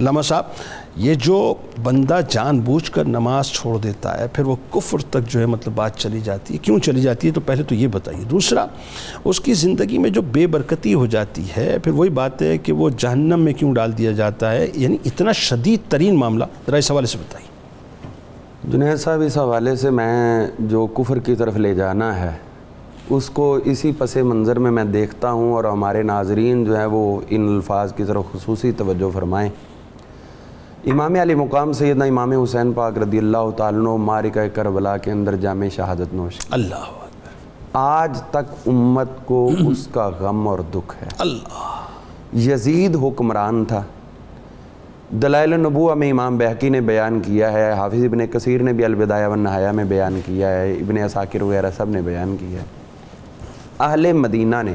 علامہ صاحب یہ جو بندہ جان بوجھ کر نماز چھوڑ دیتا ہے پھر وہ کفر تک جو ہے مطلب بات چلی جاتی ہے کیوں چلی جاتی ہے تو پہلے تو یہ بتائیے دوسرا اس کی زندگی میں جو بے برکتی ہو جاتی ہے پھر وہی بات ہے کہ وہ جہنم میں کیوں ڈال دیا جاتا ہے یعنی اتنا شدید ترین معاملہ ذرا اس حوالے سے بتائیے جنید صاحب اس حوالے سے میں جو کفر کی طرف لے جانا ہے اس کو اسی پس منظر میں میں دیکھتا ہوں اور ہمارے ناظرین جو ہیں وہ ان الفاظ کی طرف خصوصی توجہ فرمائیں امام علی مقام سیدنا امام حسین پاک رضی اللہ تعالیٰ مارکہ کربلا کے اندر جامع شہادت نوش اللہ آج تک امت کو اس کا غم اور دکھ ہے اللہ یزید حکمران تھا دلائل النبوہ میں امام بحقی نے بیان کیا ہے حافظ ابن کثیر نے بھی البدایہ والنہایہ میں بیان کیا ہے ابن اساکر وغیرہ سب نے بیان کیا ہے اہل مدینہ نے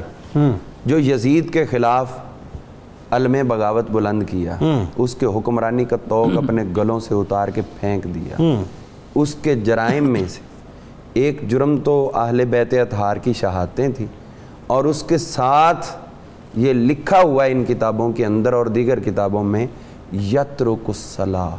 جو یزید کے خلاف علم بغاوت بلند کیا اس کے حکمرانی کا توق اپنے گلوں سے اتار کے پھینک دیا اس کے جرائم میں سے ایک جرم تو اہل بیت اطہار کی شہادتیں تھیں اور اس کے ساتھ یہ لکھا ہوا ہے ان کتابوں کے اندر اور دیگر کتابوں میں یترک الصلاح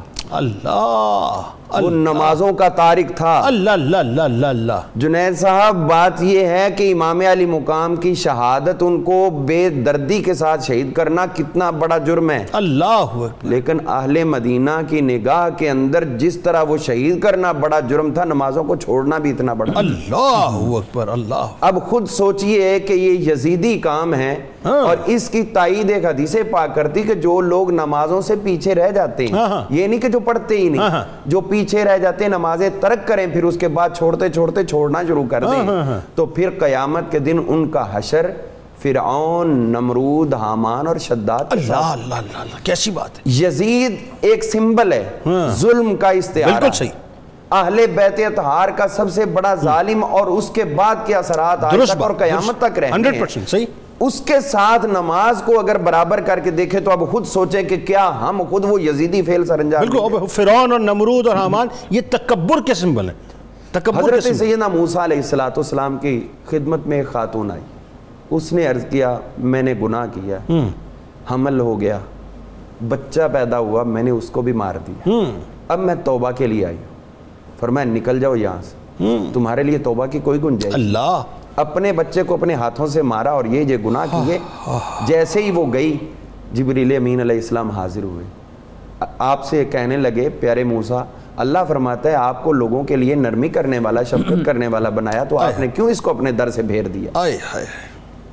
اللہ وہ نمازوں کا تارک تھا اللہ اللہ اللہ اللہ اللہ جنید صاحب بات یہ ہے کہ امام علی مقام کی شہادت ان کو بے دردی کے ساتھ شہید کرنا کتنا بڑا جرم ہے اللہ اکبر لیکن اہل مدینہ کی نگاہ کے اندر جس طرح وہ شہید کرنا بڑا جرم تھا نمازوں کو چھوڑنا بھی اتنا بڑا اللہ اکبر اللہ اب خود سوچئے کہ یہ یزیدی کام ہے ہاں۔ اور اس کی تائید ایک حدیث پاک کرتی کہ جو لوگ نمازوں سے پیچھے رہ جاتے ہاں، ہیں یہ نہیں کہ جو پڑھتے ہی نہیں جو پیچھے رہ جاتے ہیں نمازیں ترک کریں پھر اس کے بعد چھوڑتے چھوڑتے چھوڑنا شروع کر ہاں، دیں تو پھر قیامت کے دن ان کا حشر فرعون نمرود حامان اور شداد اللہ اللہ اللہ اللہ کیسی بات ہے یزید ایک سمبل ہے ظلم کا استعارہ ہاں۔ بالکل صحیح اہل بیت اطہار کا سب سے بڑا ظالم اور اس کے بعد کے اثرات آج درست تک اور قیامت تک رہتے ہنڈریڈ ہیں پرسینٹ صحیح اس کے ساتھ نماز کو اگر برابر کر کے دیکھیں تو اب خود سوچیں کہ کیا ہم خود وہ یزیدی فیل سر انجام دیں بالکل فرعون اور نمرود اور حامان یہ تکبر کے سمبل ہیں تکبر حضرت کے سمبل سیدنا موسیٰ علیہ السلاۃ والسلام کی خدمت میں ایک خاتون آئی اس نے عرض کیا میں نے گناہ کیا حمل ہو گیا بچہ پیدا ہوا میں نے اس کو بھی مار دیا اب میں توبہ کے لیے آئی ہوں فرمایا نکل جاؤ یہاں سے تمہارے لیے توبہ کی کوئی گنجائش اللہ اپنے بچے کو اپنے ہاتھوں سے مارا اور یہ یہ گناہ کیے جیسے ہی وہ گئی جبریل امین علیہ السلام حاضر ہوئے آپ سے کہنے لگے پیارے موسیٰ اللہ فرماتا ہے آپ کو لوگوں کے لیے نرمی کرنے والا شفقت کرنے والا بنایا تو آپ نے کیوں اس کو اپنے در سے بھیر دیا آئے ہائے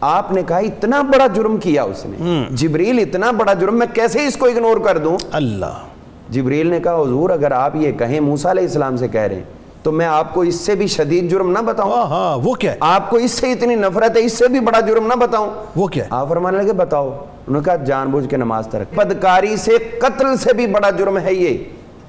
آپ نے کہا اتنا بڑا جرم کیا اس نے جبریل اتنا بڑا جرم میں کیسے اس کو اگنور کر دوں اللہ جبریل نے کہا حضور اگر آپ یہ کہیں موسیٰ علیہ السلام سے کہہ رہے ہیں تو میں آپ کو اس سے بھی شدید جرم نہ بتاؤں ہاں ہاں وہ کیا ہے آپ کو اس سے اتنی نفرت ہے اس سے بھی بڑا جرم نہ بتاؤں وہ کیا ہے آپ فرمانے لگے بتاؤ انہوں نے کہا جان بوجھ کے نماز ترک بدکاری سے قتل سے بھی بڑا جرم ہے یہ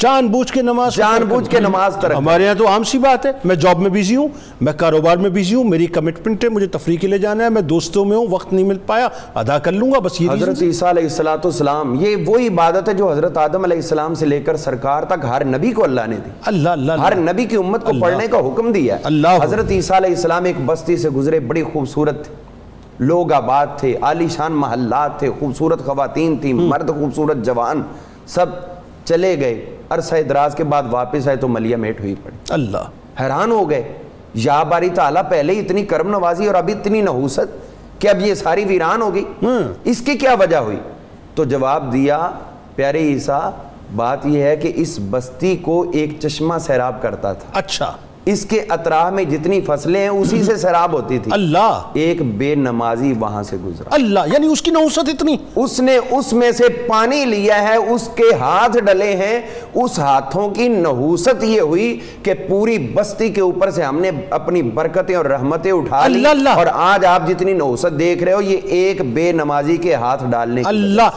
جان بوجھ کے نماز جان بوجھ کے نماز ترک ہمارے یہاں تو عام سی بات ہے میں جاب میں بیزی ہوں میں کاروبار میں بیزی ہوں میری کمٹمنٹ ہے مجھے تفریح کے لیے جانا ہے میں دوستوں میں ہوں وقت نہیں مل پایا ادا کر لوں گا بس یہ حضرت عیسیٰ علیہ السلاۃ والسلام یہ وہی عبادت ہے جو حضرت آدم علیہ السلام سے لے کر سرکار تک ہر نبی کو اللہ نے دی اللہ اللہ ہر نبی کی امت کو پڑھنے کا حکم دیا اللہ حضرت عیسیٰ علیہ السلام ایک بستی سے گزرے بڑی خوبصورت لوگ آباد تھے عالی شان محلات تھے خوبصورت خواتین تھیں مرد خوبصورت جوان سب چلے گئے عرصہ دراز کے بعد واپس آئے تو ملیا میٹ ہوئی پڑی اللہ حیران ہو گئے یا باری تعالیٰ پہلے ہی اتنی کرم نوازی اور اب اتنی نحوست کہ اب یہ ساری ویران ہو گئی اس کی کیا وجہ ہوئی تو جواب دیا پیارے عیسیٰ بات یہ ہے کہ اس بستی کو ایک چشمہ سیراب کرتا تھا اچھا اس کے اطراح میں جتنی فصلیں ہیں اسی سے سیراب ہوتی تھی اللہ ایک بے نمازی وہاں سے گزرا اللہ یعنی اس کی نوسط اتنی اس نے اس میں سے پانی لیا ہے اس کے ہاتھ ڈلے ہیں اس ہاتھوں کی نحوست یہ ہوئی کہ پوری بستی کے اوپر سے ہم نے اپنی برکتیں اور رحمتیں اٹھا لی اللہ اللہ اور آج آپ جتنی نحوست دیکھ رہے ہو یہ ایک بے نمازی کے ہاتھ ڈالنے کی اللہ